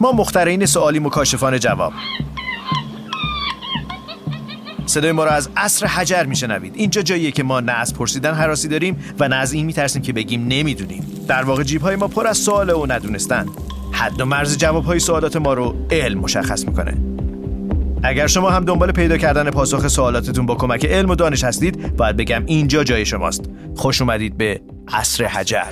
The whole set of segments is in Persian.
ما مخترین سوالی مکاشفانه جواب صدای ما را از عصر حجر میشنوید اینجا جاییه که ما نه از پرسیدن حراسی داریم و نه از این میترسیم که بگیم نمیدونیم در واقع جیب های ما پر از سواله و ندونستن حد و مرز جواب های سوالات ما رو علم مشخص میکنه اگر شما هم دنبال پیدا کردن پاسخ سوالاتتون با کمک علم و دانش هستید باید بگم اینجا جای شماست خوش اومدید به عصر حجر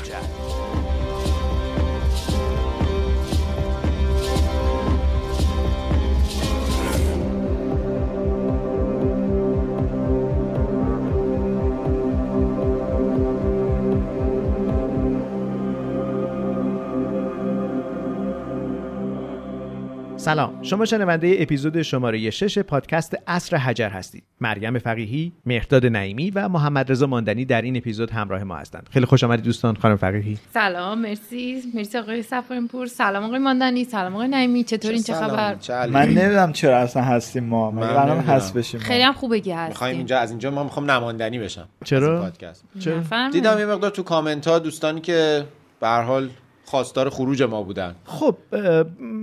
سلام شما شنونده اپیزود شماره 6 پادکست اصر حجر هستید مریم فقیهی مهرداد نعیمی و محمد رضا ماندنی در این اپیزود همراه ما هستند خیلی خوش آمدید دوستان خانم فقیهی سلام مرسی مرسی آقای سفرینپور سلام آقای ماندنی سلام آقای نعیمی چطورین چه خبر من نمیدونم چرا اصلا هستیم ما من مگه الان نمی‌دونم. هست بشیم ما؟ خیلی هم خوبه که میخوایم هستیم اینجا از اینجا ما میخوام نماندنی بشم چرا؟ از این پادکست. چرا؟ نفهمم. دیدم یه مقدار تو کامنت ها دوستانی که به هر حال خواستار خروج ما بودن خب اه،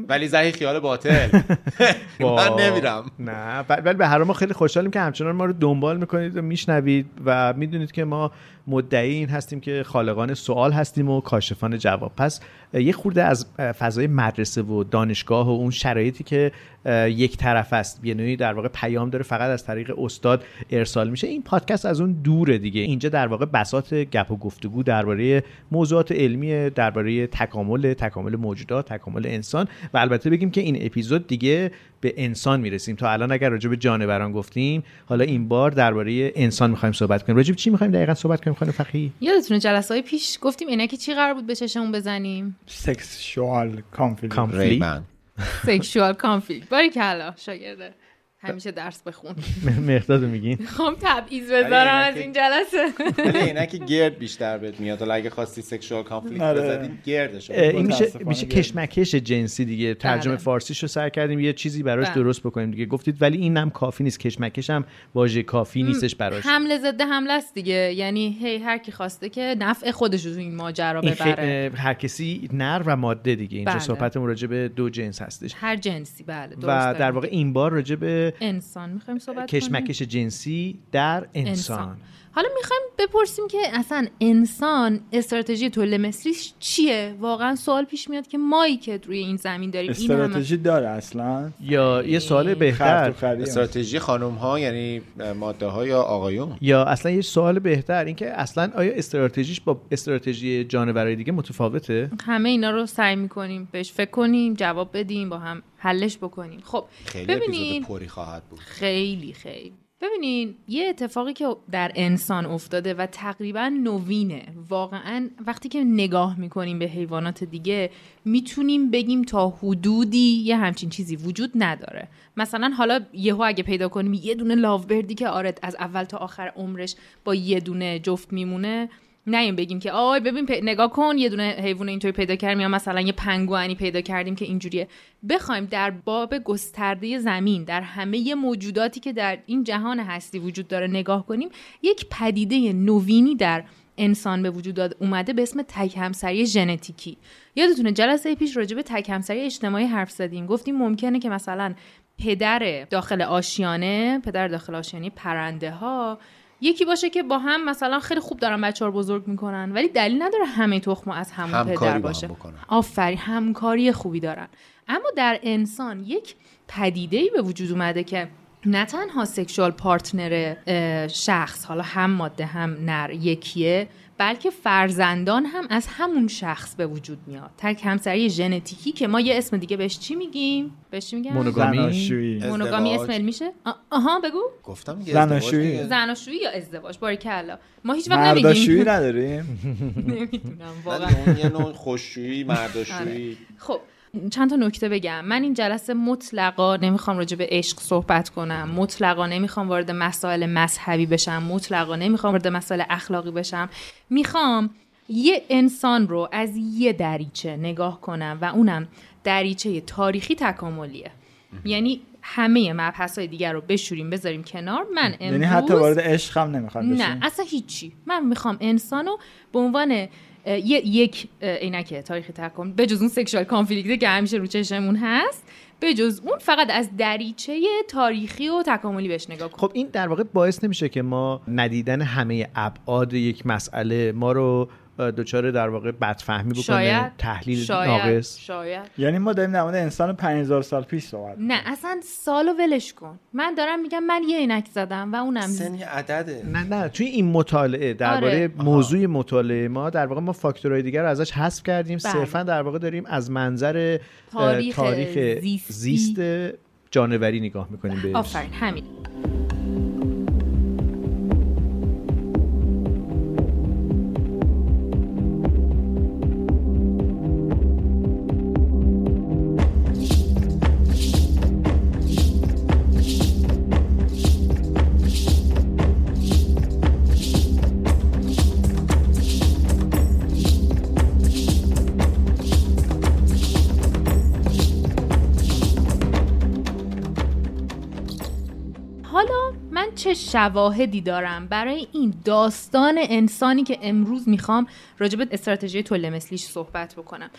ولی زهی خیال باطل من نمیرم نه ب- ولی به هر حال ما خیلی خوشحالیم که همچنان ما رو دنبال میکنید و میشنوید و میدونید که ما مدعی این هستیم که خالقان سوال هستیم و کاشفان جواب پس اه، یه خورده از اه، فضای مدرسه و دانشگاه و اون شرایطی که اه، یک طرف است یه نوعی در واقع پیام داره فقط از طریق استاد ارسال میشه این پادکست از اون دوره دیگه اینجا در واقع بسات گپ و گفتگو درباره موضوعات علمی درباره تکامل تکامل موجودات تکامل انسان و البته بگیم که این اپیزود دیگه به انسان میرسیم تا الان اگر راجع به جانوران گفتیم حالا این بار درباره انسان میخوایم صحبت کنیم راجع به چی میخوایم دقیقا صحبت کنیم خانم فقیه یادتونه جلسه های پیش گفتیم عینک چی قرار بود به چشمون بزنیم سکشوال کانفلیکت کام- ریبن. سکشوال کانفلیکت باری کلا شاگرده همیشه درس بخون مقداد میگین میخوام تبعیض بذارم عینک- از این جلسه اینه که گرد بیشتر بهت میاد حالا اگه خواستی سکشوال کانفلیکت آره. بزنی گردش این میشه متاسفانه میشه گرد. کشمکش جنسی دیگه ترجمه بله. فارسیش رو سر کردیم یه چیزی براش بله. درست بکنیم دیگه گفتید ولی این هم کافی نیست کشمکش هم واژه کافی نیستش براش حمله ضد حمله است دیگه یعنی هی هر کی خواسته که نفع خودش رو تو این ماجرا این خی- ببره اه، هر کسی نر و ماده دیگه اینجا بله. صحبتمون راجع به دو جنس هستش هر جنسی بله و درسته در واقع این بار راجع به انسان میخوایم صحبت کنیم کشمکش جنسی در انسان انسان. حالا میخوایم بپرسیم که اصلا انسان استراتژی طول مصریش چیه واقعا سوال پیش میاد که مایی که روی این زمین داریم این همه استراتژی داره اصلا یا یه سوال خرد بهتر و خریم. استراتژی خانم ها یعنی ماده ها یا آقایون یا اصلا یه سوال بهتر اینکه اصلا آیا استراتژیش با استراتژی جانورای دیگه متفاوته همه اینا رو سعی میکنیم بهش فکر کنیم جواب بدیم با هم حلش بکنیم خب خیلی اپیزود ببینین پری خواهد بود خیلی خیلی ببینین یه اتفاقی که در انسان افتاده و تقریبا نوینه واقعا وقتی که نگاه میکنیم به حیوانات دیگه میتونیم بگیم تا حدودی یه همچین چیزی وجود نداره مثلا حالا یهو اگه پیدا کنیم یه دونه لاوبردی که آره از اول تا آخر عمرش با یه دونه جفت میمونه نیم بگیم که آی ببین پ- نگاه کن یه دونه حیوان اینطوری پیدا کردیم یا مثلا یه پنگوئنی پیدا کردیم که اینجوریه بخوایم در باب گسترده زمین در همه موجوداتی که در این جهان هستی وجود داره نگاه کنیم یک پدیده نوینی در انسان به وجود داد- اومده به اسم تک همسری ژنتیکی یادتونه جلسه پیش راجع به تک همسری اجتماعی حرف زدیم گفتیم ممکنه که مثلا پدر داخل آشیانه پدر داخل آشیانه پرنده ها یکی باشه که با هم مثلا خیلی خوب دارن بچه رو بزرگ میکنن ولی دلیل نداره همه تخم از همون همکاری با پدر هم باشه بکنن. آفرین همکاری خوبی دارن اما در انسان یک پدیده ای به وجود اومده که نه تنها سکشوال پارتنر اه، شخص حالا هم ماده هم نر یکیه بلکه فرزندان هم از همون شخص به وجود میاد تک همسری ژنتیکی که ما یه اسم دیگه بهش چی میگیم بهش چی میگم مونوگامی. زناشویی ازدواج. مونوگامی اسم علمی میشه آ- آها بگو گفتم یه زناشویی. ازدواج دیگه. زناشویی یا ازدواج باریکلا ما هیچ وقت مرداشویی نمیگیم نداریم نمیدونم واقعا ولی اون یه نوع خوششویی مرداشویی خب چند تا نکته بگم من این جلسه مطلقا نمیخوام راجع به عشق صحبت کنم مطلقا نمیخوام وارد مسائل مذهبی بشم مطلقا نمیخوام وارد مسائل اخلاقی بشم میخوام یه انسان رو از یه دریچه نگاه کنم و اونم دریچه تاریخی تکاملیه یعنی همه مبحث های دیگر رو بشوریم بذاریم کنار من امروز یعنی حتی وارد عشق هم نمیخواد نه بشیم اصلا هیچی من میخوام انسانو به عنوان اه، یه- یک اه، عینک تاریخ تکامل به جز اون سکشوال کانفلیکت که همیشه رو چشمون هست به جز اون فقط از دریچه تاریخی و تکاملی بهش نگاه کن خب این در واقع باعث نمیشه که ما ندیدن همه ابعاد یک مسئله ما رو اه، دچار در واقع بدفهمی بکنه شاید تحلیل شاید ناقص شاید یعنی ما داریم در مورد انسان 5000 سال پیش صحبت نه اصلا سالو ولش کن من دارم میگم من یه عینک زدم و اونم سن یه عدده نه نه توی این مطالعه درباره آره. موضوع مطالعه ما در واقع ما فاکتورهای دیگر رو ازش حذف کردیم بله. صرفا در واقع داریم از منظر اه، تاریخ تاریخ زیستی. زیست جانوری نگاه میکنیم بهش آفرین همین حالا من چه شواهدی دارم برای این داستان انسانی که امروز میخوام راجع به استراتژی طول مثلیش صحبت بکنم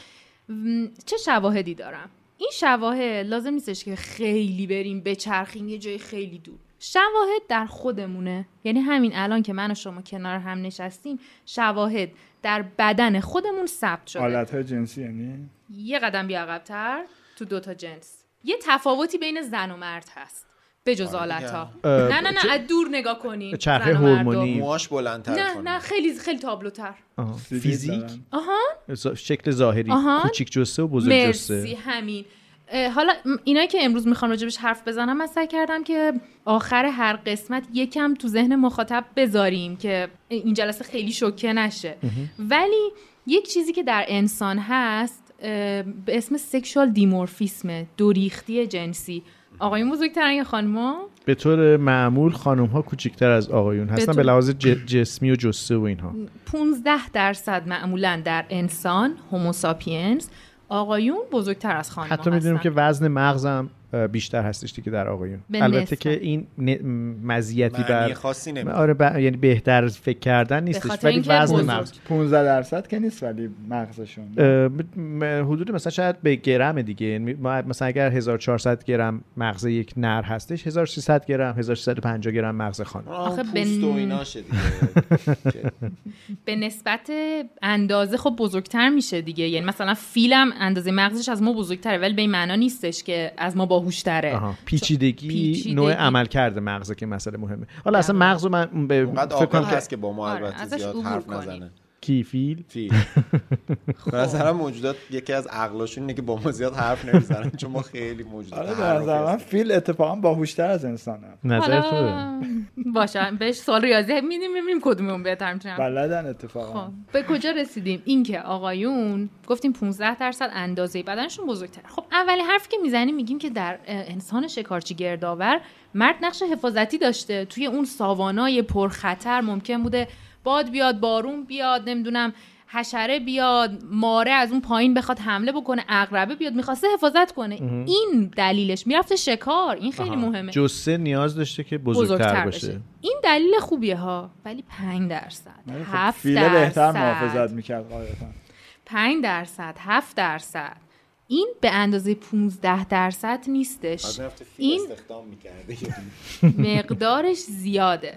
م، چه شواهدی دارم این شواهد لازم نیستش که خیلی بریم بچرخیم یه جای خیلی دور شواهد در خودمونه یعنی همین الان که من و شما کنار هم نشستیم شواهد در بدن خودمون ثبت شده حالت های جنسی یعنی یه قدم بیا عقبتر تو دوتا جنس یه تفاوتی بین زن و مرد هست به جز آره دیگه. آلت ها اه، نه نه نه از دور نگاه کنین چرخه زن و مرد رو. هورمونی. موهاش بلندتر نه کنه نه خیلی خیلی تابلوتر آه. سیدی فیزیک دارن. آها ز- شکل ظاهری آها. کوچیک جسه و بزرگ مرسی جسه همین اه، حالا م- اینایی که امروز میخوام راجبش حرف بزنم من سعی کردم که آخر هر قسمت یکم تو ذهن مخاطب بذاریم که این جلسه خیلی شوکه نشه ولی یک چیزی که در انسان هست اه، به اسم سکشوال دیمورفیسم دوریختی جنسی آقایون بزرگترن یا خانما به طور معمول خانم ها کوچیکتر از آقایون هستن طور- به لحاظ ج- جسمی و جسه و اینها 15 درصد معمولا در انسان هوموساپینز آقایون بزرگتر از خانما حتی میدونیم که هستن. وزن مغزم اه، بیشتر هستش دیگه در آقایون به البته نسبت. که این ن- مزیتی معنی بر خاصی نمیده آره ب- یعنی بهتر فکر کردن به نیستش خاطر ولی اینکه وزن بزرگ. مغز 15 درصد که نیست ولی مغزشون اه، م- م- حدود مثلا شاید به گرم دیگه یعنی ما مثلا اگر 1400 گرم مغز یک نر هستش 1300 گرم 1350 گرم مغز خانم آخه آخه به- پوست و ایناشه دیگه که به نسبت اندازه خب بزرگتر میشه دیگه یعنی مثلا فیلم اندازه مغزش از ما بزرگتره ولی به این معنا نیستش که از ما باهوشتره آها. پیچیدگی, پیچیدگی. نوع عمل کرده مغزه که مسئله مهمه حالا اصلا دقیقاً. مغز رو من به فکر اونقدر عاقل کنم که هست که با ما آره، البته ازش زیاد عبور حرف کنی. نزنه کیفیل فیل خب. به نظرم موجودات یکی از عقلاشون اینه که با ما زیاد حرف نمیزنن چون ما خیلی موجودات آره به حرف نظر من هستیم. فیل اتفاقا باهوشتر از خب. انسانه نظر تو حالا باشه بهش سال ریاضی میدیم ببینیم کدوممون بهتر میتونم بلدن خب اتفاقا به کجا رسیدیم اینکه آقایون گفتیم 15 درصد اندازه بدنشون بزرگتره خب اولین حرفی که میزنیم میگیم که در اه، انسان شکارچی گردآور مرد نقش حفاظتی داشته توی اون ساوانای پرخطر ممکن بوده باد بیاد بارون بیاد نمیدونم حشره بیاد ماره از اون پایین بخواد حمله بکنه اقربه بیاد میخواسته حفاظت کنه این دلیلش میرفته شکار این خیلی مهمه جسه نیاز داشته که بزرگتر, باشه این دلیل خوبیه ها ولی 5 درصد ولی خب 7 فیله بهتر درصد محافظت میکرد قاعدتا 5 درصد 7 درصد این به اندازه 15 درصد از آره. نیستش نفت فیل این استخدام میکرده مقدارش زیاده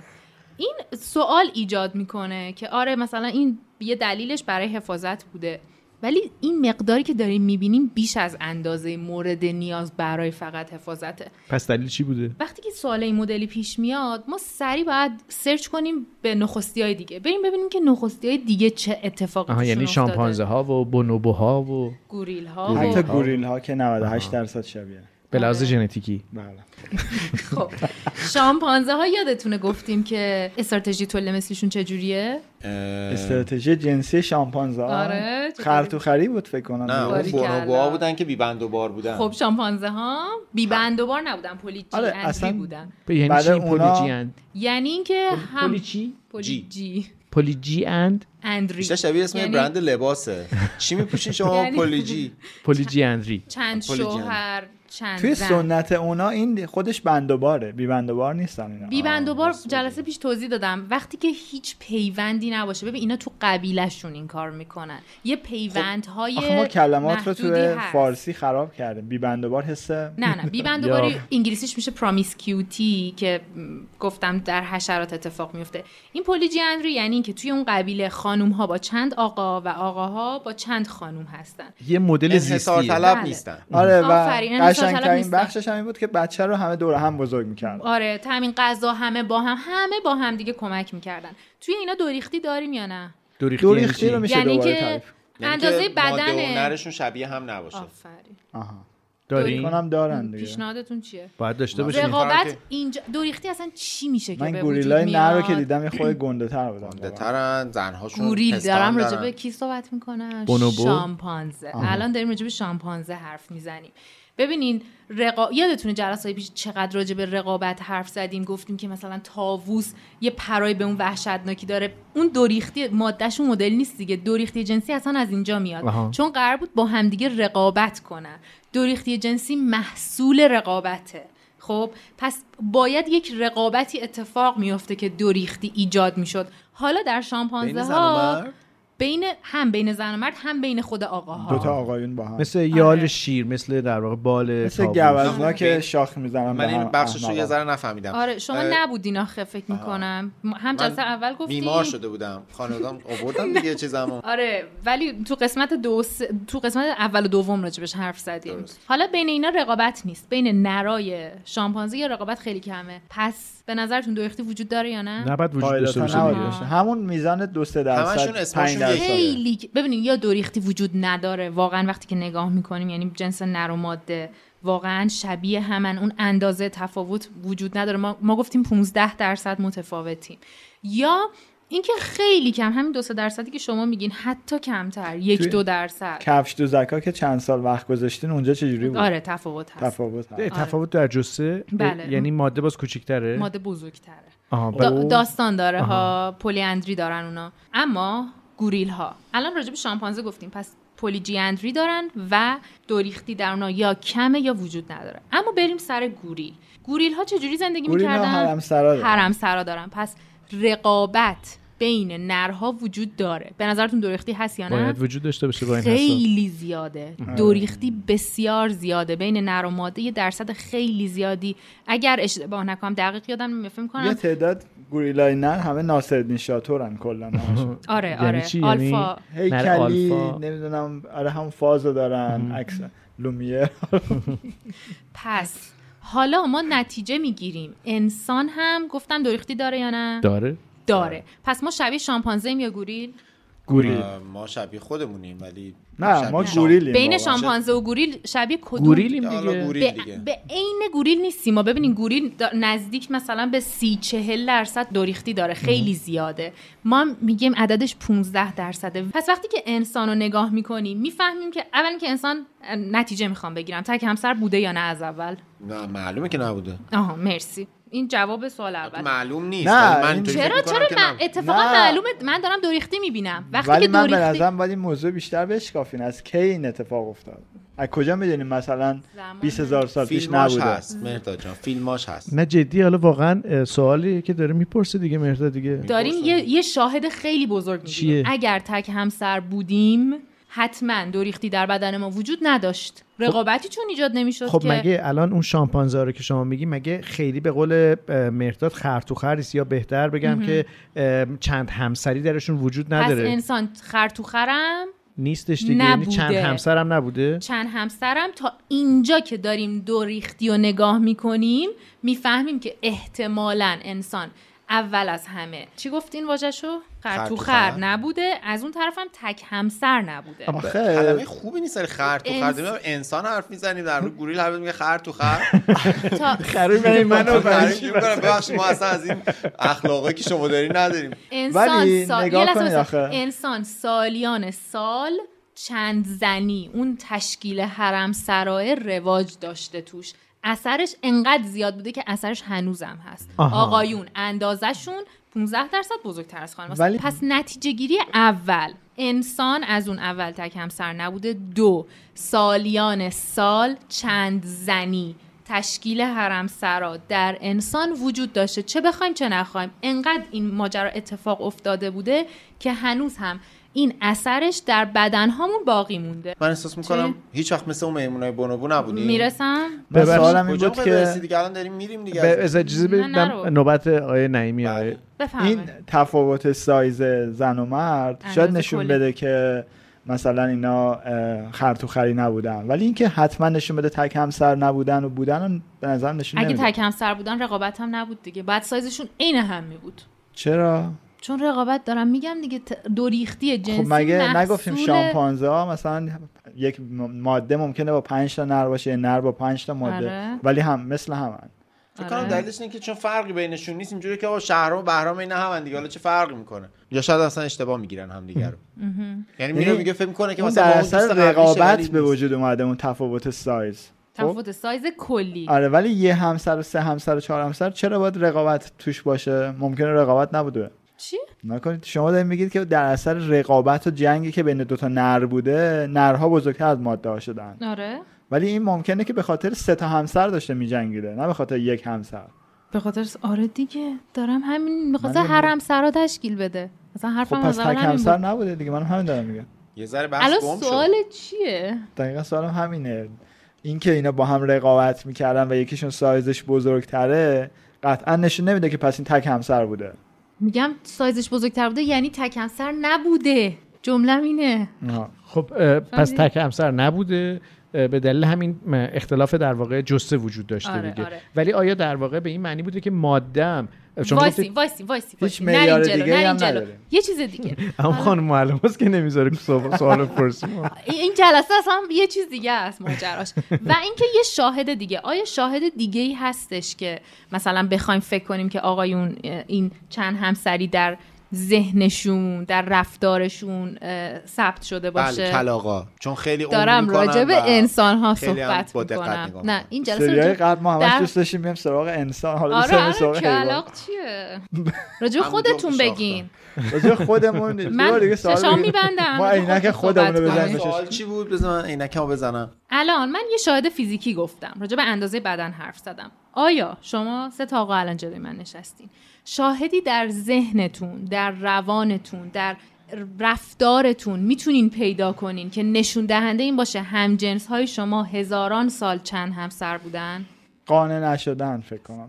این سوال ایجاد میکنه که آره مثلا این یه دلیلش برای حفاظت بوده ولی این مقداری که داریم میبینیم بیش از اندازه مورد نیاز برای فقط حفاظته پس دلیل چی بوده وقتی که سوال این مدلی پیش میاد ما سریع باید سرچ کنیم به نخستی های دیگه بریم ببینیم که نخستی های دیگه چه اتفاقی آها توشون یعنی افتاده. شامپانزه ها و بونوبو ها و گوریل گوریل. ها حتی گوریل ها که 98 درصد شبیه به لحاظ آره. ژنتیکی بله خب شامپانزه ها یادتونه گفتیم که استراتژی طول مثلیشون چجوریه استراتژی جنسی شامپانزه آره، چطوری؟ خر تو خری بود فکر کنم نه آره. اون باریکلا. بونوبوها بودن که بیبند و بار بودن خب شامپانزه ها بی بله. بند و بار نبودن پلی جی آره، اند بی اصلا- بودن به یعنی بعد چی اونا- پولی جی اند یعنی اینکه هم پولی چی پلی جی پولی جی اند اندری بیشتر شبیه اسم یعنی- برند لباسه چی میپوشین شما یعنی- پولیجی پولی جی اندری چند پلی جی اند. شوهر چند توی زن. سنت اونا این خودش بندوباره بی بند و بار نیستن اینا بی بند و بار جلسه پیش توضیح دادم وقتی که هیچ پیوندی نباشه ببین اینا تو قبیلهشون این کار میکنن یه خب، پیوندهای آخه ما کلمات رو محدودی توی هست. فارسی خراب کردیم بی بند و بار حسه نه نه بی بند و یا- باری انگلیسیش میشه پرامیسکیوتی که م، گفتم در حشرات اتفاق میفته این پولیجندری یعنی اینکه توی اون قبیله خانوم ها با چند آقا و آقاها با چند خانوم هستن یه مدل انحصار زیستیه طلب بله. نیستن آره و آفرین، یعنی مثال طلب قشنگترین نیستن. بخشش همین بود که بچه رو همه دور هم بزرگ میکرد آره تا همین غذا همه با هم همه با هم دیگه کمک میکردن توی اینا دوریختی داریم یا نه دوریختی دوریختی رو یعنی چی؟ میشه یعنی دوباره که- تعریف یعنی اندازه که ماده و بدن نرشون شبیه هم نباشه آفرین آها داریم کنم آره. دارن دیگه پیشنهادتون چیه باید داشته باشیم. باشیم رقاب- رقابت آره که- اینجا دوریختی اصلا چی میشه که من به وجود گوریلای نه رو میاد که دیدم یه خود گنده تر بودم گنده‌ترن، زنهاشون گوریل پستان دارم راجع دارن. به کی صحبت میکنم بونوبو؟ شامپانزه آها. الان داریم راجع به شامپانزه حرف میزنیم ببینین رقا... یادتونه جلسه های پیش چقدر راجع به رقابت حرف زدیم گفتیم که مثلا تاووس یه پرای به اون وحشتناکی داره اون دوریختی مادهشون مدل نیست دیگه دوریختی جنسی اصلا از اینجا میاد آها. چون قرار بود با همدیگه رقابت کنن دوریختی جنسی محصول رقابته خب پس باید یک رقابتی اتفاق میفته که دوریختی ایجاد میشد حالا در شامپانزه بین زن و ها مرد؟ بین هم بین زن و مرد هم بین خود آقاها دوتا آقایون با هم مثل یال شیر مثل در واقع بال مثل تابوت. گوزنا آه. که شاخ میزنم من این بخشش رو یه ذره نفهمیدم آره شما اه، نبودین آخه فکر میکنم هم من جلسه اول گفتین بیمار شده بودم خانوادم آوردم دیگه چیزمو آره ولی تو قسمت دو س- تو قسمت اول و دوم راجبش حرف زدیم درست. حالا بین اینا رقابت نیست بین نرای شامپانزه یا رقابت خیلی کمه پس به نظرتون دو اختی وجود داره یا نه نه بعد وجود داشته قاعدتا باشه نباید دیگه. باشه. همون میزان دو سه همشون درصد اسمشون پنج یکی. درصد خیلی ببینید یا دوریختی وجود نداره واقعا وقتی که نگاه میکنیم یعنی جنس نر و ماده واقعا شبیه همن اون اندازه تفاوت وجود نداره ما, ما گفتیم 15 درصد متفاوتیم یا اینکه خیلی کم همین دو سه درصدی که شما میگین حتی کمتر یک توی- دو درصد کفش دو زکا که چند سال وقت گذاشتین اونجا چجوری بود آره تفاوت هست تفاوت هست. تفاوت در جسه آره. بله. یعنی ماده باز کوچیک‌تره ماده بزرگتره آها، دا- خب. بله. داستان داره ها پلی اندری دارن اونا اما گوریل ها الان راجع به شامپانزه گفتیم پس پلی جی اندری دارن و دوریختی در اونا یا کمه یا وجود نداره اما بریم سر گوریل گوریل ها چجوری زندگی گوریل ها میکردن حرم سرا دارن. حرم سرا دارن پس رقابت بین نرها وجود داره به نظرتون دوریختی هست یا نه باید وجود داشته باشه با این حساب. خیلی زیاده دوریختی بسیار زیاده بین نر و ماده یه درصد خیلی زیادی اگر اشتباه نکنم دقیق یادم فکر یه کنم تعداد گوریلای نر همه ناصرالدین شاتورن کلا همشون. آره یعنی آره چی؟ یعنی- آلفا نر هیکلی آلفا. نمیدونم آره هم فازو دارن عکس لومیر پس حالا ما نتیجه میگیریم انسان هم گفتم دوریختی داره یا نه داره داره پس ما شبیه شامپانزه یا گوریل گوریل آره. آه، ما شبیه خودمونیم ولی نه شبیه ما شام. گوریلیم خب. بین واقعا. شامپانزه و گوریل شبیه کدوم گوریلیم حالا دیگه گوریل به دیگه به عین گوریل نیستیم ما ببینین گوریل دا- نزدیک مثلا به سی چهل درصد دوریختی داره خیلی زیاده ما میگیم عددش 15 درصده پس وقتی که انسان رو نگاه میکنیم میفهمیم که اول که انسان نتیجه میخوام بگیرم تک همسر بوده یا نه از اول نه معلومه که نبوده آها مرسی این جواب سوال اول معلوم نیست نه، ولی من این- اینطوری فکر چرا می‌کنم چرا که من نه. اتفاقا نه. معلومه من دارم دوریختی میبینم وقتی ولی که من به دوریختی نظرم باید این موضوع بیشتر بشکافین از کی این اتفاق افتاد از کجا میدونیم مثلا زمان 20 هزار سال پیش فیلماش نبوده هست مرداد جان فیلماش هست نه جدی حالا واقعا اه، سوالی که داره میپرسه دیگه مهرداد دیگه داریم یه, یه شاهد خیلی بزرگ چیه؟ میگیریم اگر تک همسر بودیم حتما دوریختی در بدن ما وجود نداشت خب. رقابتی چون ایجاد نمیشد خب که مگه الان اون شامپانزه رو که شما میگی مگه خیلی به قول اه، مهرداد خرطوخر نیست یا بهتر بگم که اه، چند همسری درشون وجود پس نداره انسان خر تو خرم نیستش دیگه یعنی نبوده. چند همسرم نبوده چند همسرم تا اینجا که داریم دوریختی و نگاه میکنیم میفهمیم که احتمالا انسان اول از همه چی گفتین واژه‌شو خر تو خر خر. نبوده از اون طرفم تک همسر نبوده کلمه آخه خوبی نیست داری خر تو خر انس- داریم انسان حرف میزنیم در مورد گوریل هر میگه خر تو خر تا یعنی منو تعریف برشی می‌کنم. ببخشید ما اصلا از این اخلاقی که شما داری نداریم انسان ولی سال... نگاه یه لحظه کنید بس- آخه. انسان سالیان سال چند زنی اون تشکیل حرم سرای رواج داشته توش اثرش انقدر زیاد بوده که اثرش هنوزم هست آها. آقایون اندازشون 15 درصد بزرگتر از خانم ولی- پس نتیجه گیری اول انسان از اون اول تک همسر نبوده دو سالیان سال چند زنی تشکیل حرم سرا در انسان وجود داشته چه بخوایم چه نخوایم انقدر این ماجرا اتفاق افتاده بوده که هنوز هم این اثرش در بدنهامون باقی مونده من احساس میکنم هیچ وقت مثل اون مهمونای بونوبو نبودیم میرسم من ببخشید. سوالم این کجا بود که که دیگه الان داریم میریم دیگه به از اجازه بدید نه، من نرو. نوبت آقای نعیمی آقای بفهمید این تفاوت سایز زن و مرد اندازه شاید نشون کلی. بده که مثلا اینا اه، خرطوخری نبودن ولی اینکه حتما نشون بده تک همسر نبودن و بودن رو به نظر نشون اگه نمیده تک همسر بودن رقابت هم نبود دیگه بعد سایزشون عین هم می بود چرا چون رقابت دارم میگم دیگه ت- دو ریختی جنسی خب مگه محصول- نگفتیم شامپانزه ها مثلا یک م- ماده ممکنه با پنج تا نر باشه یه نر با پنج تا ماده آره. ولی هم مثل همن فکر کنم آره. دلیلش اینه که چون فرقی بینشون نیست اینجوری که آقا شهرام و بهرام اینا همن دیگه حالا چه فرقی میکنه یا شاید اصلا اشتباه میگیرن همدیگه رو یعنی میره یعنی میگه فکر میکنه که اون مثلا در با اون دوست قبلیشه، اثر ولی رقابت به نیست. وجود اومده اون تفاوت سایز خب؟ تفاوت سایز کلی آره ولی یه همسر و سه همسر و چهار همسر چرا باید رقابت توش باشه ممکنه رقابت نبوده چی نکنید شما دارید میگید که در اثر رقابت و جنگی که بین دوتا نر بوده نرها بزرگتر از ماده ها شدن آره ولی این ممکنه که به خاطر سه تا همسر داشته میجنگیده نه به خاطر یک همسر به خاطر س- آره دیگه دارم همین میخواسته من هر نمی‌دونم. همسرا تشکیل بده مثلا حرفم خب از پس اول تک همین همسر بود نبوده دیگه من همین دارم میگم یه ذره بحث الان گم سوال شد چیه دقیقا سوالم همینه اینکه اینا با هم رقابت میکردن و یکیشون سایزش بزرگتره قطعا نشون نمیده که پس این تک همسر بوده میگم سایزش بزرگتر بوده یعنی تک همسر نبوده جمله اینه آها. خب اه، پس تک همسر نبوده اه، به دلیل همین م، اختلاف در واقع جسه وجود داشته آره، دیگه آره. ولی آیا در واقع به این معنی بوده که مادم شما وایسی گفتید وایسی وایسی وایسی. معیار نرین جلو، دیگه‌ای نرین هم جلو. نداریم. یه چیز دیگه اما خانم معلم است که نمیذاره که سو- سوال پرسی این این جلسه اصلا یه چیز دیگه است ماجراش و اینکه یه شاهد دیگه آیا شاهد دیگه ای هستش که مثلا بخوایم فکر کنیم که آقایون اه، این چند همسری در ذهنشون در رفتارشون اه، ثبت شده بله باشه کلاغا چون خیلی عمر بله. دارم می‌کنن راجع و به انسان ها خیلی هم صحبت با دقت میکنم نگاه نه می‌کنن. این جلسه سریای راجع- قبل ما در- همش دوست داشتیم بریم سراغ انسان حالا آره آره آره سراغ حیوان کلاغ چیه همین راجع دو خودتون ساختم. بگین راجع به خودمون یه بار من دیگه سوال چشام بگیر. میبندم ما عینک خودمون رو بزنیم. الان سوال چی بود بزن من عینکمو بزنم الان من یه شاهد فیزیکی گفتم راجع به اندازه بدن حرف زدم آیا شما سه تا آقا الان جلوی من نشستین شاهدی در ذهنتون در روانتون در رفتارتون میتونین پیدا کنین که نشون دهنده این باشه همجنس های شما هزاران سال چند همسر بودن قانع نشدن فکر کنم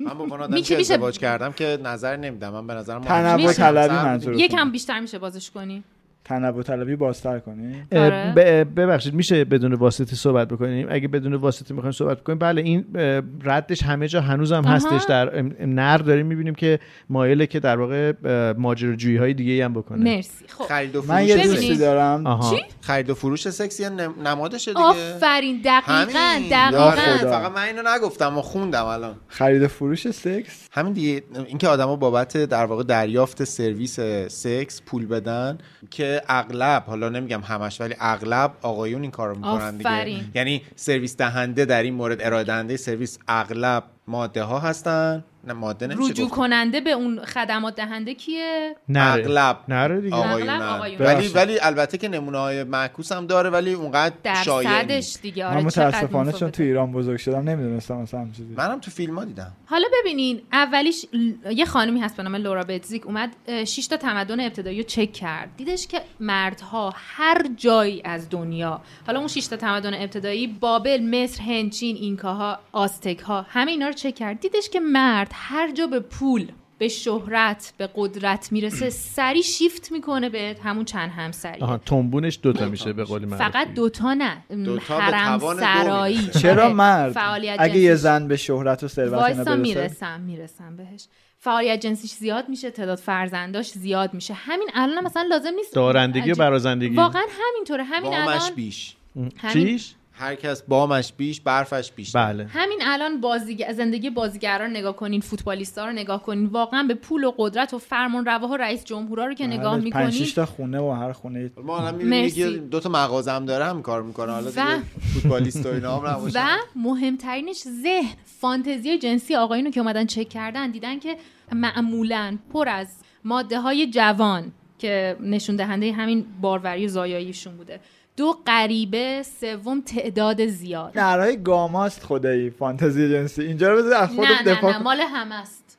من با اون آدم میشه- که میشه- ازدواج کردم که نظر نمیدم من به نظرم تنوع ما- طلبی همسر منظور. بودیم. یکم بیشتر میشه بازش کنی تنوع طلبی بازتر کنی آره. ببخشید میشه بدون واسطه صحبت بکنیم اگه بدون واسطه میخوایم صحبت بکنیم بله این اه، ردش همه جا هنوز هم آها. هستش در ام- ام، نر داریم میبینیم که مایله که در واقع ماجراجویی های دیگه هم بله. بکنه مرسی خب خرید و من فروش یه ببینید. سکس دوستی دارم آها. چی؟ خرید و فروش سکس یه نم- نمادشه دیگه آفرین دقیقا همین. یا دقیقا خدا. فقط من اینو نگفتم و خوندم الان خرید و فروش سکس همین دیگه اینکه آدما بابت در واقع دریافت سرویس سکس پول بدن که اغلب حالا نمیگم همش ولی اغلب آقایون این کارو میکنن دیگه آفرین. یعنی سرویس دهنده در این مورد ارائه دهنده سرویس اغلب ماده ها هستن نه ماده نمیشه رجوع گفت. کننده به اون خدمات دهنده کیه نره. اغلب. نره دیگه آقا. آقایونن. اغلب آقایون. ولی ببخشید. ولی البته که نمونه های معکوس هم داره ولی اونقدر شایع نیست درصدش دیگه آره من چقدر متاسفانه متفاوته. چون تو ایران بزرگ شدم نمیدونستم مثلا همچین چیزی منم تو فیلم ها دیدم حالا ببینین اولیش ل- یه خانمی هست به نام لورا بتزیک اومد اه، شش تا تمدن ابتدایی رو چک کرد دیدش که مردها هر جایی از دنیا حالا اون شش تا تمدن ابتدایی بابل مصر هند چین اینکاها آستکها همه اینا رو چک کرد دیدش که مرد هر جا به پول به شهرت به قدرت میرسه سری شیفت میکنه به همون چند همسری آها تنبونش دوتا میشه به قول معروف فقط دوتا نه م، دوتا به حرم توان دو سرایی میرسه. چرا آره، مرد فعالیت اگه یه جنسی. زن به شهرت و ثروت اینا وایسا برسه میرسم میرسم بهش فعالیت جنسیش زیاد میشه تعداد فرزنداش زیاد میشه همین الان مثلا لازم نیست دارندگی و عجیب. برازندگی واقعا همینطوره همین بامش الان بیش همین چیش؟ هر کس بامش بیش برفش بیش بله همین الان بازیگ... زندگی بازیگران نگاه کنین فوتبالیستا رو نگاه کنین واقعا به پول و قدرت و فرمان رواها رئیس جمهورا رو که نگاه بله، پنج، شش میکنین تا خونه و هر خونه ما الان می‌بینیم مرسی. یکی دو تا مغازه هم داره هم کار میکنه حالا و- دیگه فوتبالیست و اینا هم نباشه و مهمترینش ذهن فانتزی جنسی آقایون رو که اومدن چک کردن دیدن که معمولا پر از ماده های جوان که نشون دهنده همین باروری و زایاییشون بوده دو غریبه سوم تعداد زیاد نه نرهای گاماست خدایی فانتزی جنسی اینجا رو بذار از خودت نه دفاع نه کن. مال همه است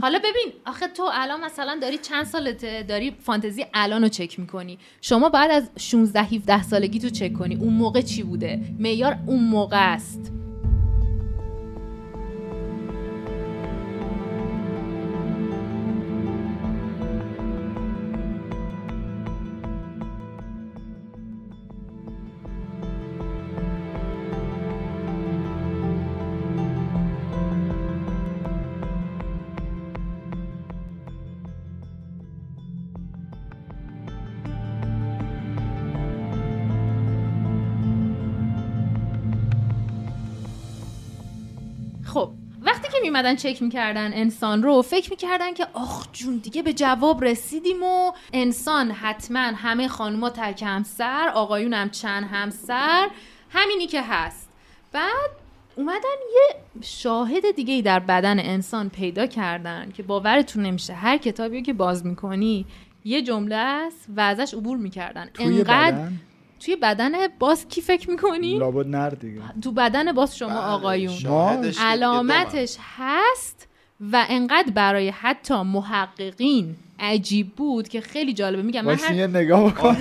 حالا ببین آخه تو الان مثلا داری چند سالته داری فانتزی الان رو چک میکنی شما بعد از 16 17 سالگی تو چک کنی اون موقع چی بوده معیار اون موقع است خب وقتی که میمدن چک میکردن انسان رو فکر میکردن که آخ جون دیگه به جواب رسیدیم و انسان حتما همه خانوما تک همسر آقایون هم چند همسر همینی که هست بعد اومدن یه شاهد دیگه در بدن انسان پیدا کردن که باورتون نمیشه هر کتابی که باز میکنی یه جمله است و ازش عبور میکردن توی بدن توی بدن باز کی فکر میکنی؟ لابد نر دیگه تو بدن باز بله، بله، شما آقایون علامتش هست و انقدر برای حتی محققین عجیب بود که خیلی جالبه میگم من واسه هر یه نگاه بکن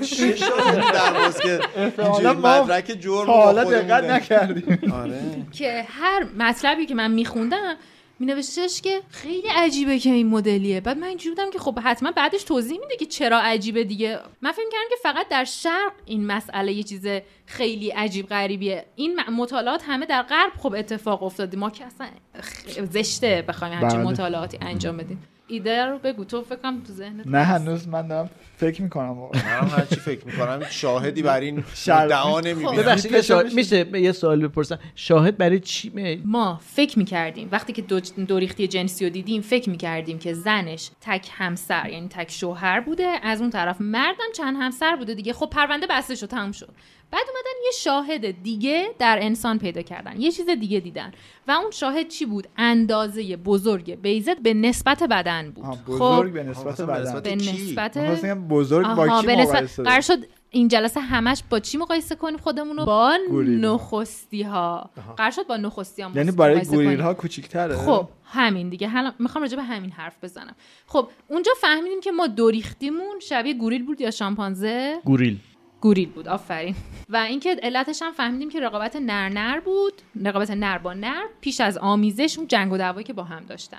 چی شد درواز که اینجوری حالا ما مدرک جرم تا با حالا خودمون دقت داریم. نکردیم آره که هر مطلبی که من میخوندم مینوشتش که خیلی عجیبه که این مدلیه بعد من اینجوری بودم که خب حتما بعدش توضیح میده که چرا عجیبه دیگه من فکر کردم که فقط در شرق این مسئله یه چیز خیلی عجیب غریبیه این م- مطالعات همه در غرب خب اتفاق افتاده ما که اصلا خ- زشته بخوایم همچین بله. مطالعاتی انجام بدیم ایده رو بگو تو فکر کنم تو ذهنت نه هست. هنوز من دارم فکر میکنم منم هرچی فکر میکنم شاهدی بر این شر- مدعا خب. نمیبینم ببخشید، یه سوال- میشه یه سوال بپرسم شاهد برای چی ما فکر میکردیم وقتی که دو, دوریختی جنسی رو دیدیم فکر میکردیم که زنش تک همسر یعنی تک شوهر بوده از اون طرف مردم چند همسر بوده دیگه خب پرونده بسته شد تموم شد بعد اومدن یه شاهد دیگه در انسان پیدا کردن یه چیز دیگه دیدن و اون شاهد چی بود اندازه بزرگ بیزت به نسبت بدن بود آه، خب بزرگ به خب، نسبت مثلا بدن نسبت- به کی؟ نسبت من خواستم بگم بزرگ با آها، کی به نسبت- مقایسه قرار داره؟ شد این جلسه همش با چی مقایسه کنیم خودمون رو با گوریلا. نخستی ها قرار شد با نخستی ها یعنی مس- برای مقایسه گوریل کنیم. ها کوچیک‌تره خب همین دیگه حالا میخوام راجع به همین حرف بزنم خب اونجا فهمیدیم که ما دوریختیمون شبیه گوریل بود یا شامپانزه گوریل گوریل بود آفرین و اینکه علتش هم فهمیدیم که رقابت نر نر بود رقابت نر با نر پیش از آمیزش اون جنگ و دعوایی که با هم داشتن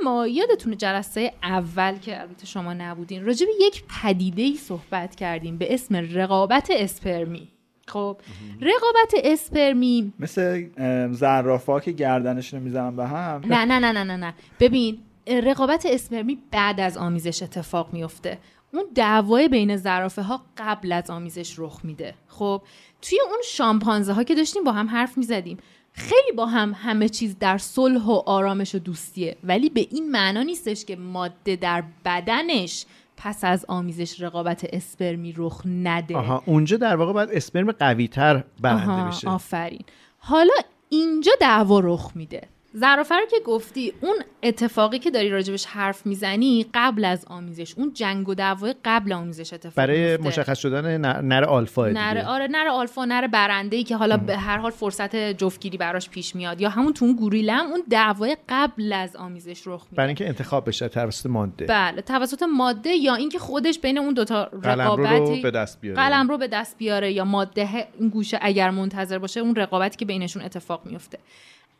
اما یادتون جلسه اول که البته شما نبودین راجع به یک پدیده ای صحبت کردیم به اسم رقابت اسپرمی خب رقابت اسپرمی مثل ام، زرافه‌ها که گردنشون میزنن به هم نه نه نه نه نه نه ببین رقابت اسپرمی بعد از آمیزش اتفاق میفته اون دعوای بین زرافه ها قبل از آمیزش رخ میده خب توی اون شامپانزه ها که داشتیم با هم حرف میزدیم خیلی با هم همه چیز در صلح و آرامش و دوستیه ولی به این معنا نیستش که ماده در بدنش پس از آمیزش رقابت اسپرمی رخ نده آها اونجا در واقع باید اسپرم قوی تر برنده آها، میشه آفرین حالا اینجا دعوا رخ میده زرافه رو که گفتی اون اتفاقی که داری راجبش حرف میزنی قبل از آمیزش اون جنگ و دعوای قبل آمیزش اتفاق برای میفته. مشخص شدن نر, نر آلفا دیگه. نره آره نره آلفا نره برنده ای که حالا به هر حال فرصت جفتگیری براش پیش میاد یا همون تو اون گوریلم اون دعوای قبل از آمیزش رخ میده برای اینکه انتخاب بشه توسط ماده بله توسط ماده یا اینکه خودش بین اون دوتا قلم رقابتی رو به دست بیاره قلم رو به دست بیاره یا ماده این گوشه اگر منتظر باشه اون رقابتی که بینشون اتفاق میفته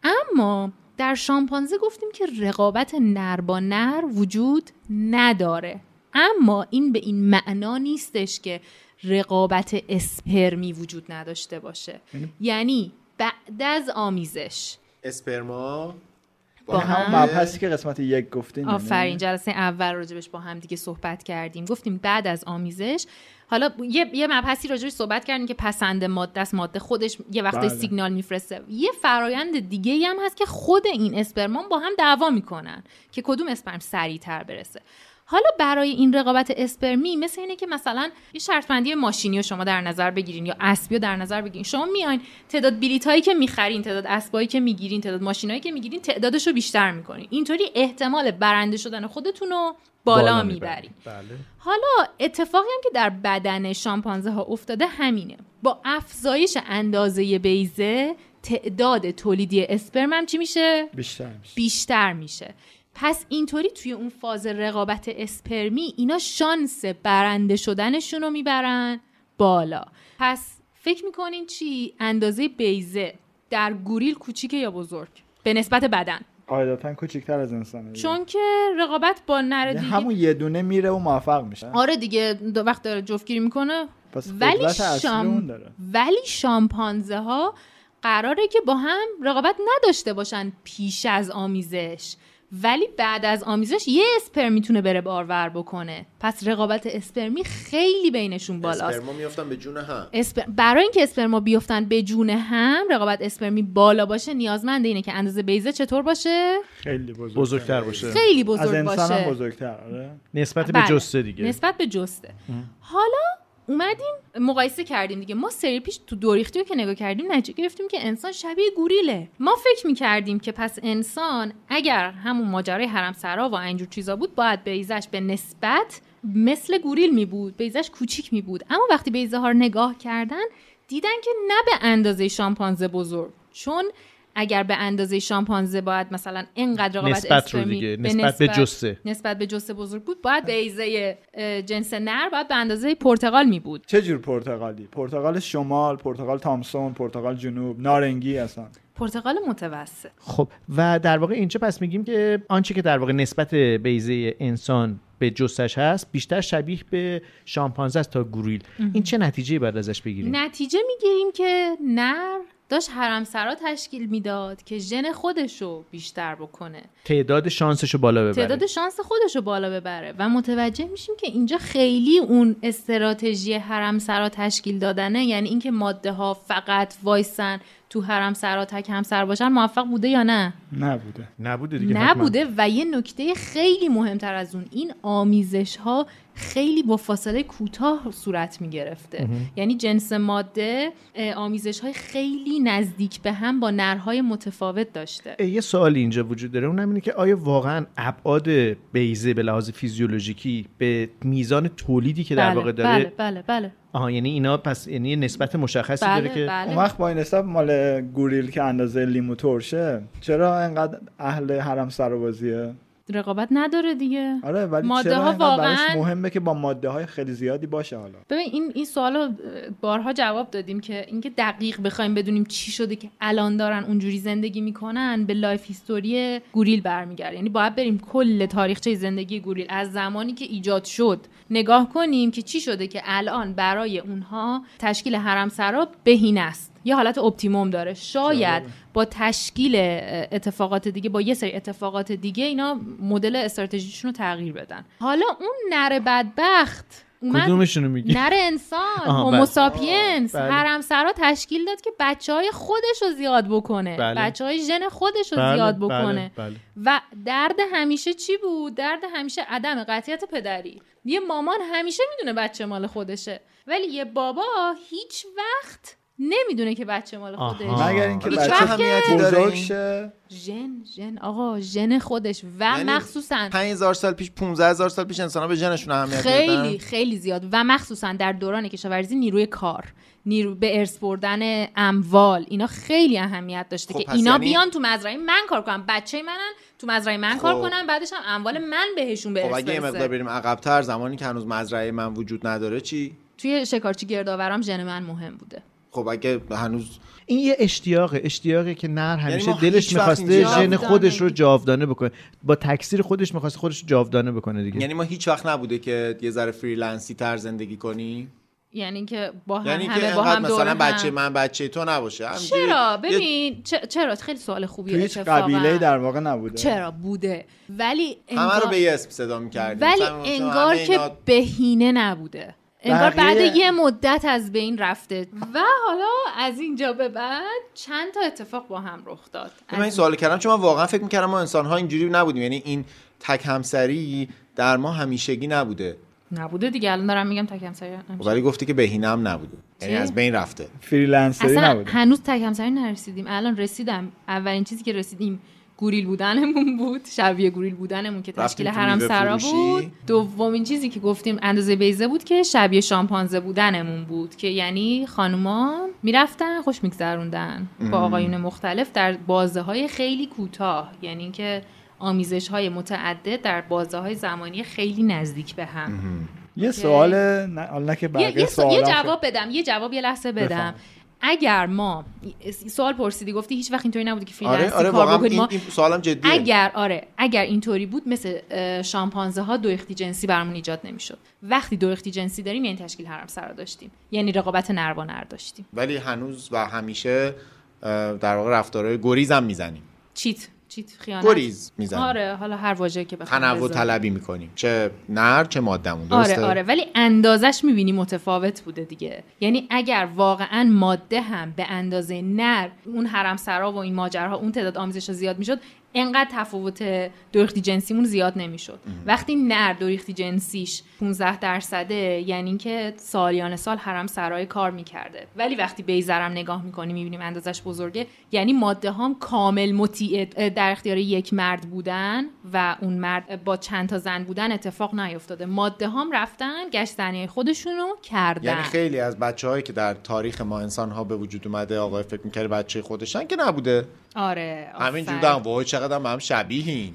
اما در شامپانزه گفتیم که رقابت نر با نر وجود نداره اما این به این معنا نیستش که رقابت اسپرمی وجود نداشته باشه یعنی بعد از آمیزش اسپرما با همون هم. مبحثی که قسمت یک گفتین یعنی. آفرین جلسه اول راجبش با هم دیگه صحبت کردیم گفتیم بعد از آمیزش حالا یه, یه مبحثی راجبش صحبت کردیم که پسند ماده است ماده خودش یه وقتای بله. سیگنال میفرسته یه فرایند دیگه ای هم هست که خود این اسپرمان با هم دعوا میکنن که کدوم اسپرم سریعتر برسه حالا برای این رقابت اسپرمی مثل اینه که مثلا یه شرط بندی ماشینی رو شما در نظر بگیرین یا اسبی رو در نظر بگیرین شما میاین تعداد بلیط هایی که میخرین تعداد اسبایی که میگیرین تعداد ماشینایی که میگیرین تعدادش رو بیشتر میکنین اینطوری احتمال برنده شدن خودتون رو بالا, میبرین بله حالا اتفاقی هم که در بدن شامپانزه ها افتاده همینه با افزایش اندازه بیزه تعداد تولیدی اسپرم هم چی میشه بیشتر میشه بیشتر میشه پس اینطوری توی اون فاز رقابت اسپرمی اینا شانس برنده شدنشون رو میبرن بالا پس فکر میکنین چی اندازه بیزه در گوریل کوچیکه یا بزرگ به نسبت بدن بله. قاعدتا کوچیک‌تر از انسانه دیگه. چون که رقابت با نر یعنی دیگه همون یه دونه میره و موفق میشه آره دیگه دا- وقت داره جفتگیری میکنه پس ولی قدرت اصلی شام- اون داره ولی شامپانزه ها قراره که با هم رقابت نداشته باشن پیش از آمیزش ولی بعد از آمیزش یه اسپر میتونه بره بارور بکنه پس رقابت اسپرمی خیلی بینشون بالاست اسپرما میافتن به جون هم اسپر... برای اینکه اسپرما بیفتن به جون هم رقابت اسپرمی بالا باشه نیازمند اینه که اندازه بیزه چطور باشه خیلی بزرگ بزرگتر باشه خیلی از بزرگ انسان باشه هم بزرگتر آره نسبت به بله. جسته دیگه نسبت به جسته حالا اومدیم مقایسه کردیم دیگه ما سری پیش تو دوریختی رو که نگاه کردیم نتیجه گرفتیم که انسان شبیه گوریله ما فکر میکردیم که پس انسان اگر همون ماجرای حرم سرا و اینجور چیزا بود باید بیزش به نسبت مثل گوریل می بود بیزش کوچیک می بود اما وقتی بیزه ها رو نگاه کردن دیدن که نه به اندازه شامپانزه بزرگ چون اگر به اندازه شامپانزه باید مثلا انقدر رقابت نسبت رو اسپرمی دیگه، نسبت به جسه. نسبت به جسه بزرگ بود باید به ایزه اه، جنس نر باید به اندازه پرتقال می بود چه جور پرتغالی پرتغال شمال پرتغال تامسون پرتغال جنوب نارنگی اصلا پرتقال متوسط خب و در واقع اینجا پس میگیم که آنچه که در واقع نسبت بیزه انسان به جستش هست بیشتر شبیه به شامپانزه است تا گوریل این چه نتیجه بعد ازش بگیریم نتیجه میگیریم که نر داشت حرمسرا تشکیل میداد که ژن خودشو بیشتر بکنه تعداد شانسش رو بالا ببره تعداد شانس خودشو بالا ببره و متوجه میشیم که اینجا خیلی اون استراتژی حرمسرا تشکیل دادنه یعنی اینکه ماده ها فقط وایسن تو حرمسرا تک همسر باشن موفق بوده یا نه نبوده نبوده دیگه نبوده و یه نکته خیلی مهمتر از اون این آمیزش ها خیلی با فاصله کوتاه صورت می گرفته یعنی جنس ماده آمیزش های خیلی نزدیک به هم با نرهای متفاوت داشته یه سوالی اینجا وجود داره اونم اینه که آیا واقعا ابعاد بیزه به لحاظ فیزیولوژیکی به میزان تولیدی که در بله، واقع داره بله بله بله آها یعنی اینا پس یعنی یه نسبت مشخصی بله داره که اون بله وقت با این حساب مال گوریل که اندازه لیمو ترشه چرا انقدر اهل حرم سربازیه رقابت نداره دیگه آره ولی ماده چرا ها اینقدر واقعاً- براش مهمه که با ماده های خیلی زیادی باشه حالا ببین این این سوال رو بارها جواب دادیم که اینکه دقیق بخوایم بدونیم چی شده که الان دارن اونجوری زندگی میکنن به لایف هیستوری گوریل برمیگرده یعنی باید بریم کل تاریخچه زندگی گوریل از زمانی که ایجاد شد نگاه کنیم که چی شده که الان برای اونها تشکیل حرمسرا بهینه است یه حالت اپتیموم داره شاید با تشکیل اه، اتفاقات دیگه با یه سری اتفاقات دیگه اینا مدل استراتژیشون رو تغییر بدن حالا اون نر بدبخت اومد کدومشونو میگی نر انسان آها، بله. هوموساپینس بله. حرمسرا تشکیل داد که بچه های خودش رو زیاد بکنه بله. بچه های ژن خودش رو بله، زیاد بله، بکنه بله. و درد همیشه چی بود درد همیشه عدم قطعیت پدری یه مامان همیشه میدونه بچه مال خودشه ولی یه بابا هیچ وقت نمیدونه که بچه مال آها. خودش مگر اینکه حالا هیچ چه بچه وقت اهمیتی داره بزرگ این شه ژن ژن آقا ژن خودش و یعنی مخصوصا 5000 سال پیش 15000 سال پیش انسان به ژنشون اهمیت خیلی می‌دادن. خیلی زیاد و مخصوصا در دوران کشاورزی نیروی کار نیرو به ارث بردن اموال اینا خیلی اهمیت داشته خب، که پس اینا یعنی- بیان تو مزرعه من کار کنن بچه منن تو مزرعه من خب. کار کنن بعدش هم اموال من بهشون به خب ارث اگه یه برسه. مقدار بریم عقبتر زمانی که هنوز مزرعه من وجود نداره چی توی شکارچی گردآورم ژن من مهم بوده خب اگه هنوز این یه اشتیاقه اشتیاقه که نر همیشه یعنی ما دلش هیچ وقت میخواسته اینجا ژن جاودانه خودش رو دیگه. جاودانه بکنه با تکثیر خودش میخواسته خودش رو جاودانه بکنه دیگه یعنی ما هیچ وقت نبوده که یه ذره فریلنسی تر زندگی کنی یعنی که با هم یعنی که همه با هم انقدر دور مثلا هم. بچه من بچه تو نباشه همینجوری چرا یه- ببین چ- چرا خیلی سوال تو خوبیه هیچ اتفاقاً. قبیله در واقع نبوده چرا بوده ولی همه رو انگار- به یه اسم صدا می‌کردیم ولی مثلا می‌گفتیم انگار همه که اینا- بهینه نبوده انگار بعد بقیه- یه مدت از بین رفته و حالا از اینجا به بعد چند تا اتفاق با هم رخ داد من این سوال کردم چون من واقعا فکر میکردم ما انسان ها اینجوری نبودیم یعنی این تک همسری در ما همیشگی نبوده نبوده دیگه الان دارم میگم تک همسری نمیشه. ولی گفتی که بهینم نبوده یعنی چه؟ از بین رفته فریلنسری اصلا نبود هنوز تک همسری نرسیدیم الان رسیدم اولین چیزی که رسیدیم گوریل بودنمون بود شبیه گوریل بودنمون که رفتیم تشکیل تو حرم میوه سرا فروشی. بود دومین چیزی که گفتیم اندازه بیزه بود که شبیه شامپانزه بودنمون بود که یعنی خانوما میرفتن خوش میگذروندن با آقایون مختلف در بازه های خیلی کوتاه یعنی اینکه آمیزش های متعدد در بازه های زمانی خیلی نزدیک به هم یه سوال نه حالا نه که یه, بقیه یه, سو- یه سوالم خیلی- جواب بدم یه جواب یه لحظه بدم بفهم. اگر ما سوال پرسیدی گفتی هیچ وقت اینطوری نبوده که فریلنسی آره آره کار واقعا بکنیم این, ما این سوالم جدیه اگر آره اگر اینطوری بود مثل اه، شامپانزه ها دو اختی جنسی برامون ایجاد نمیشد وقتی دو اختی جنسی داریم یعنی تشکیل حرم سرا داشتیم یعنی رقابت نر با نر داشتیم ولی هنوز و همیشه اه، در واقع رفتارهای گریزم میزنیم چیت چیت خیانت گریز میزنیم آره حالا هر واژه‌ای که بخوایم تنوع بذاریم. طلبی میکنیم چه نر چه مادمون درسته آره آره ولی اندازش میبینی متفاوت بوده دیگه یعنی اگر واقعا ماده هم به اندازه نر اون حرم سرا و این ماجرها اون تعداد آمیزش ها زیاد میشد انقدر تفاوت دوریختی جنسیمون زیاد نمیشد وقتی نر دوریختی جنسیش 15 درصده یعنی اینکه سالیان سال حرم سرای کار میکرده ولی وقتی بیزرم نگاه میکنیم میبینیم اندازش بزرگه یعنی ماده هم کامل مطیع در اختیار یک مرد بودن و اون مرد با چند تا زن بودن اتفاق نیفتاده ماده هم رفتن گشتنی خودشون رو کردن یعنی خیلی از بچه هایی که در تاریخ ما انسان ها به وجود اومده آقای فکر میکرد بچه خودشن که نبوده آره آفرین. همین جور هم وای چقدر هم, هم شبیهین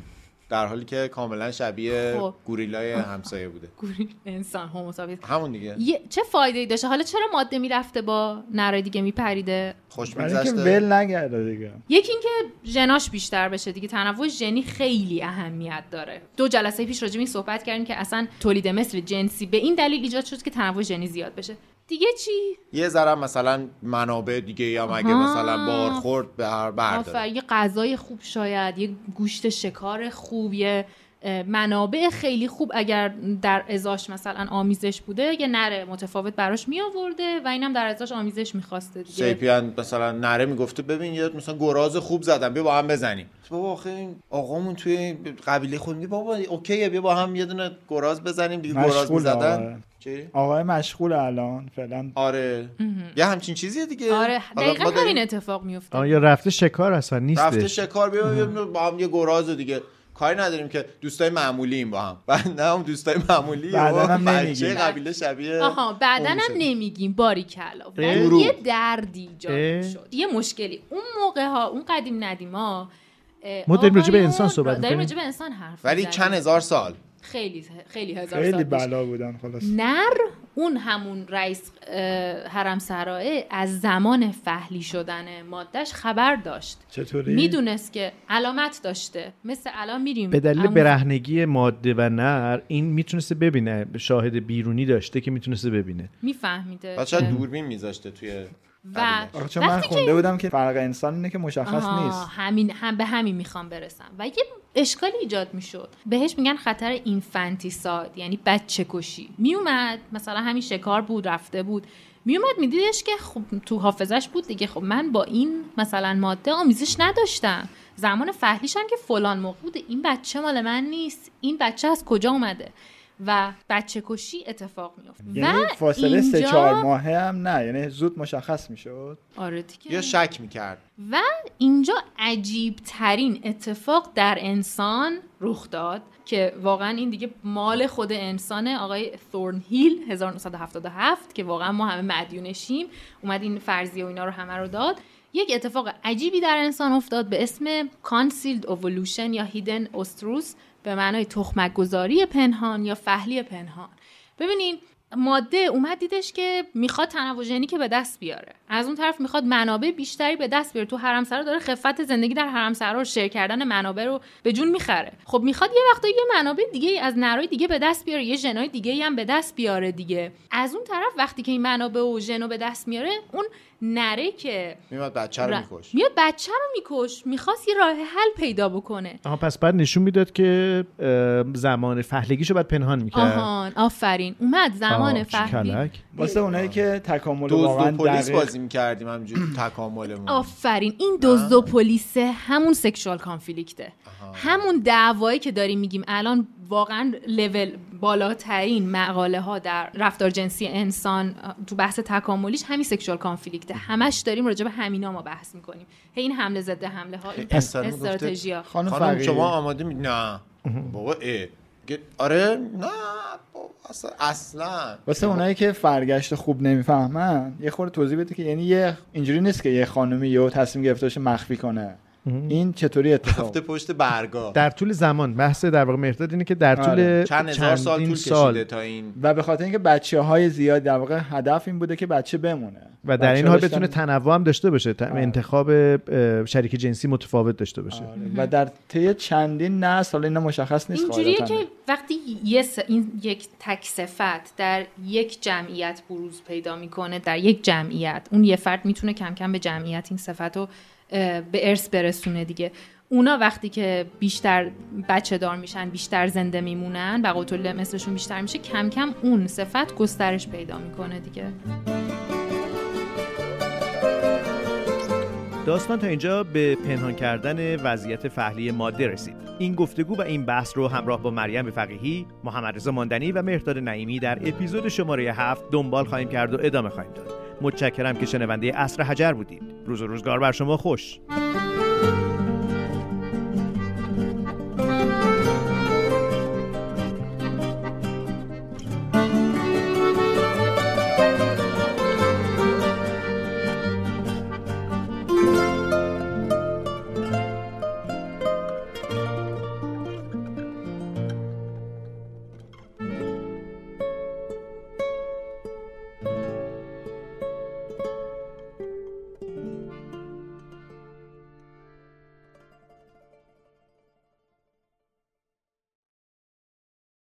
در حالی که کاملا شبیه خب. گوریلای همسایه بوده گوریل انسان هوموسابیس همون دیگه یه- چه فایده ای داشته حالا چرا ماده میرفته با نرای دیگه میپریده خوش برای اینکه میگذشته خب. ول نگرده دیگه یکی اینکه ژناش بیشتر بشه دیگه تنوع ژنی خیلی اهمیت داره دو جلسه پیش راجع به این صحبت کردیم که اصلا تولید مثل جنسی به این دلیل ایجاد شد که تنوع ژنی زیاد بشه دیگه چی یه ذره هم مثلا منابع دیگه یا مگه آها. مثلا بارخورد به هر آفر برداره یه غذای خوب شاید یه گوشت شکار خوب یه اه، منابع خیلی خوب اگر در ازاش مثلا آمیزش بوده یه نره متفاوت براش می آورده و اینم در ازاش آمیزش میخواسته دیگه سیپیان مثلا نره میگفته ببین یه مثلا گراز خوب زدم بیا با هم بزنیم بابا آخه این آقامون توی قبیله خود میگه بابا اوکیه بیا با هم یه دونه گراز بزنیم دیگه گراز مشغول میزدن آقا. آقای مشغول الان فعلا آره یه همچین چیزیه دیگه آره حالا دقیقا ما داریم همین اتفاق میفته آه، یا رفته شکار اصلا رفته نیستش شکار بیا بیا با هم یه گراز دیگه کاری نداریم که دوستای معمولیم با هم بعد نه هم دوستای معمولی بعداً هم بچه نمیگیم. قبیله شبیه آها بعدا اون هم میشه. نمیگیم باری کلا اه. یه دردی اه. ایجاد شد یه مشکلی اون موقع ها اون قدیم ندیما اه، ما داریم راجع به آقایون- انسان صحبت داریم می‌کنیم. راجع به انسان حرف ولی می‌زنیم. چند هزار سال خیلی خیلی هزار خیلی سال پیش. بلا بودن خلاص نر اون همون رئیس اه، حرم سرایه از زمان فهلی شدن مادهش خبر داشت چطوری میدونست که علامت داشته مثل الان میریم به دلیل عمو- برهنگی ماده و نر این میتونسته ببینه شاهد بیرونی داشته که میتونسته ببینه میفهمیده بعد شاید دوربین میذاشته توی یعنی و آخه چون من وقتی که- خونده بودم که فرق انسان اینه که مشخص آها، نیست همین هم به همین میخوام برسم و یه اشکالی ایجاد میشد بهش میگن خطر اینفانتیساد یعنی بچه کشی میومد مثلا همین شکار بود رفته بود میومد میدیدش که خب تو حافظش بود دیگه خب من با این مثلا ماده آمیزش نداشتم زمان فهلیش هم که فلان موقع بوده این بچه مال من نیست این بچه از کجا اومده و بچه کشی اتفاق میفت یعنی و فاصله سه اینجا- چهار ماهه هم نه یعنی زود مشخص میشد آره دیگه. یا شک میکرد و اینجا عجیب ترین اتفاق در انسان رخ داد که واقعا این دیگه مال خود انسانه آقای ثورنهیل 1977 که واقعا ما همه مدیونشیم اومد این فرضیه و اینا رو همه رو داد یک اتفاق عجیبی در انسان افتاد به اسم کانسیلد اوولوشن یا هیدن اوستروس به معنای تخمک گذاری پنهان یا فهلی پنهان ببینین ماده اومد دیدش که میخواد تنوع ژنی که به دست بیاره از اون طرف میخواد منابع بیشتری به دست بیاره تو حرمسرا داره خفت زندگی در حرمسرا رو شیر کردن منابع رو به جون میخره خب میخواد یه وقتا یه منابع دیگه از نرای دیگه به دست بیاره یه ژنای دیگه هم به دست بیاره دیگه از اون طرف وقتی که این منابع و ژنو به دست میاره اون نره که میومد بچه رو ر- میکش میاد بچه رو میکش میخواست یه راه حل پیدا بکنه آها پس بعد نشون میداد که اه، زمان فهلگیشو بعد پنهان میکرد آهان آفرین اومد زمان زمان فهمی کلک واسه اونایی که تکامل دوز واقعا دو پلیس دقیق بازی میکردیم همجوری تکاملمون آفرین این دزد و پلیس همون سکشوال کانفلیکته همون دعوایی که داریم میگیم الان واقعا لول بالاترین مقاله ها در رفتار جنسی انسان آه، تو بحث تکاملیش همین سکشوال کانفلیکته همش داریم راجع به همینا ما بحث میکنیم هی این حمله ضد حمله ها این پس- استراتژی ها خانم خانم فقیری شما آماده می نه بابا اه میگه، آره نه بابا اصلا اصلا واسه اونایی که فرگشت خوب نمیفهمن یه خورده توضیح بده که یعنی یه اینجوری نیست که یه خانمی یهو تصمیم گرفته باشه مخفی کنه این چطوری اتفاق هفته پشت برگا در طول زمان بحث در واقع مهرداد اینه که در طول آره. چند هزار سال چندین طول کشیده تا این و به خاطر اینکه بچه های زیاد در واقع هدف این بوده که بچه بمونه و در این بچه‌ها حال داشتن- بتونه تنوع هم داشته باشه ت- انتخاب اه، شریک جنسی متفاوت داشته باشه آره. و در طی چندین نسل حالا اینا مشخص نیست اینجوریه قاعدتاً. که وقتی یه س- این یک تک صفت در یک جمعیت بروز پیدا میکنه در یک جمعیت اون یه فرد میتونه کم کم به جمعیت این صفت رو اه، به ارث برسونه دیگه اونا وقتی که بیشتر بچه دار میشن بیشتر زنده میمونن و قطول مثلشون بیشتر میشه کم کم اون صفت گسترش پیدا میکنه دیگه داستان تا اینجا به پنهان کردن وضعیت فعلی ماده رسید این گفتگو و این بحث رو همراه با مریم فقیهی محمد رضا ماندنی و مهرداد نعیمی در اپیزود شماره هفت دنبال خواهیم کرد و ادامه خواهیم داد متشکرم که شنونده اصر حجر بودید روز و روزگار بر شما خوش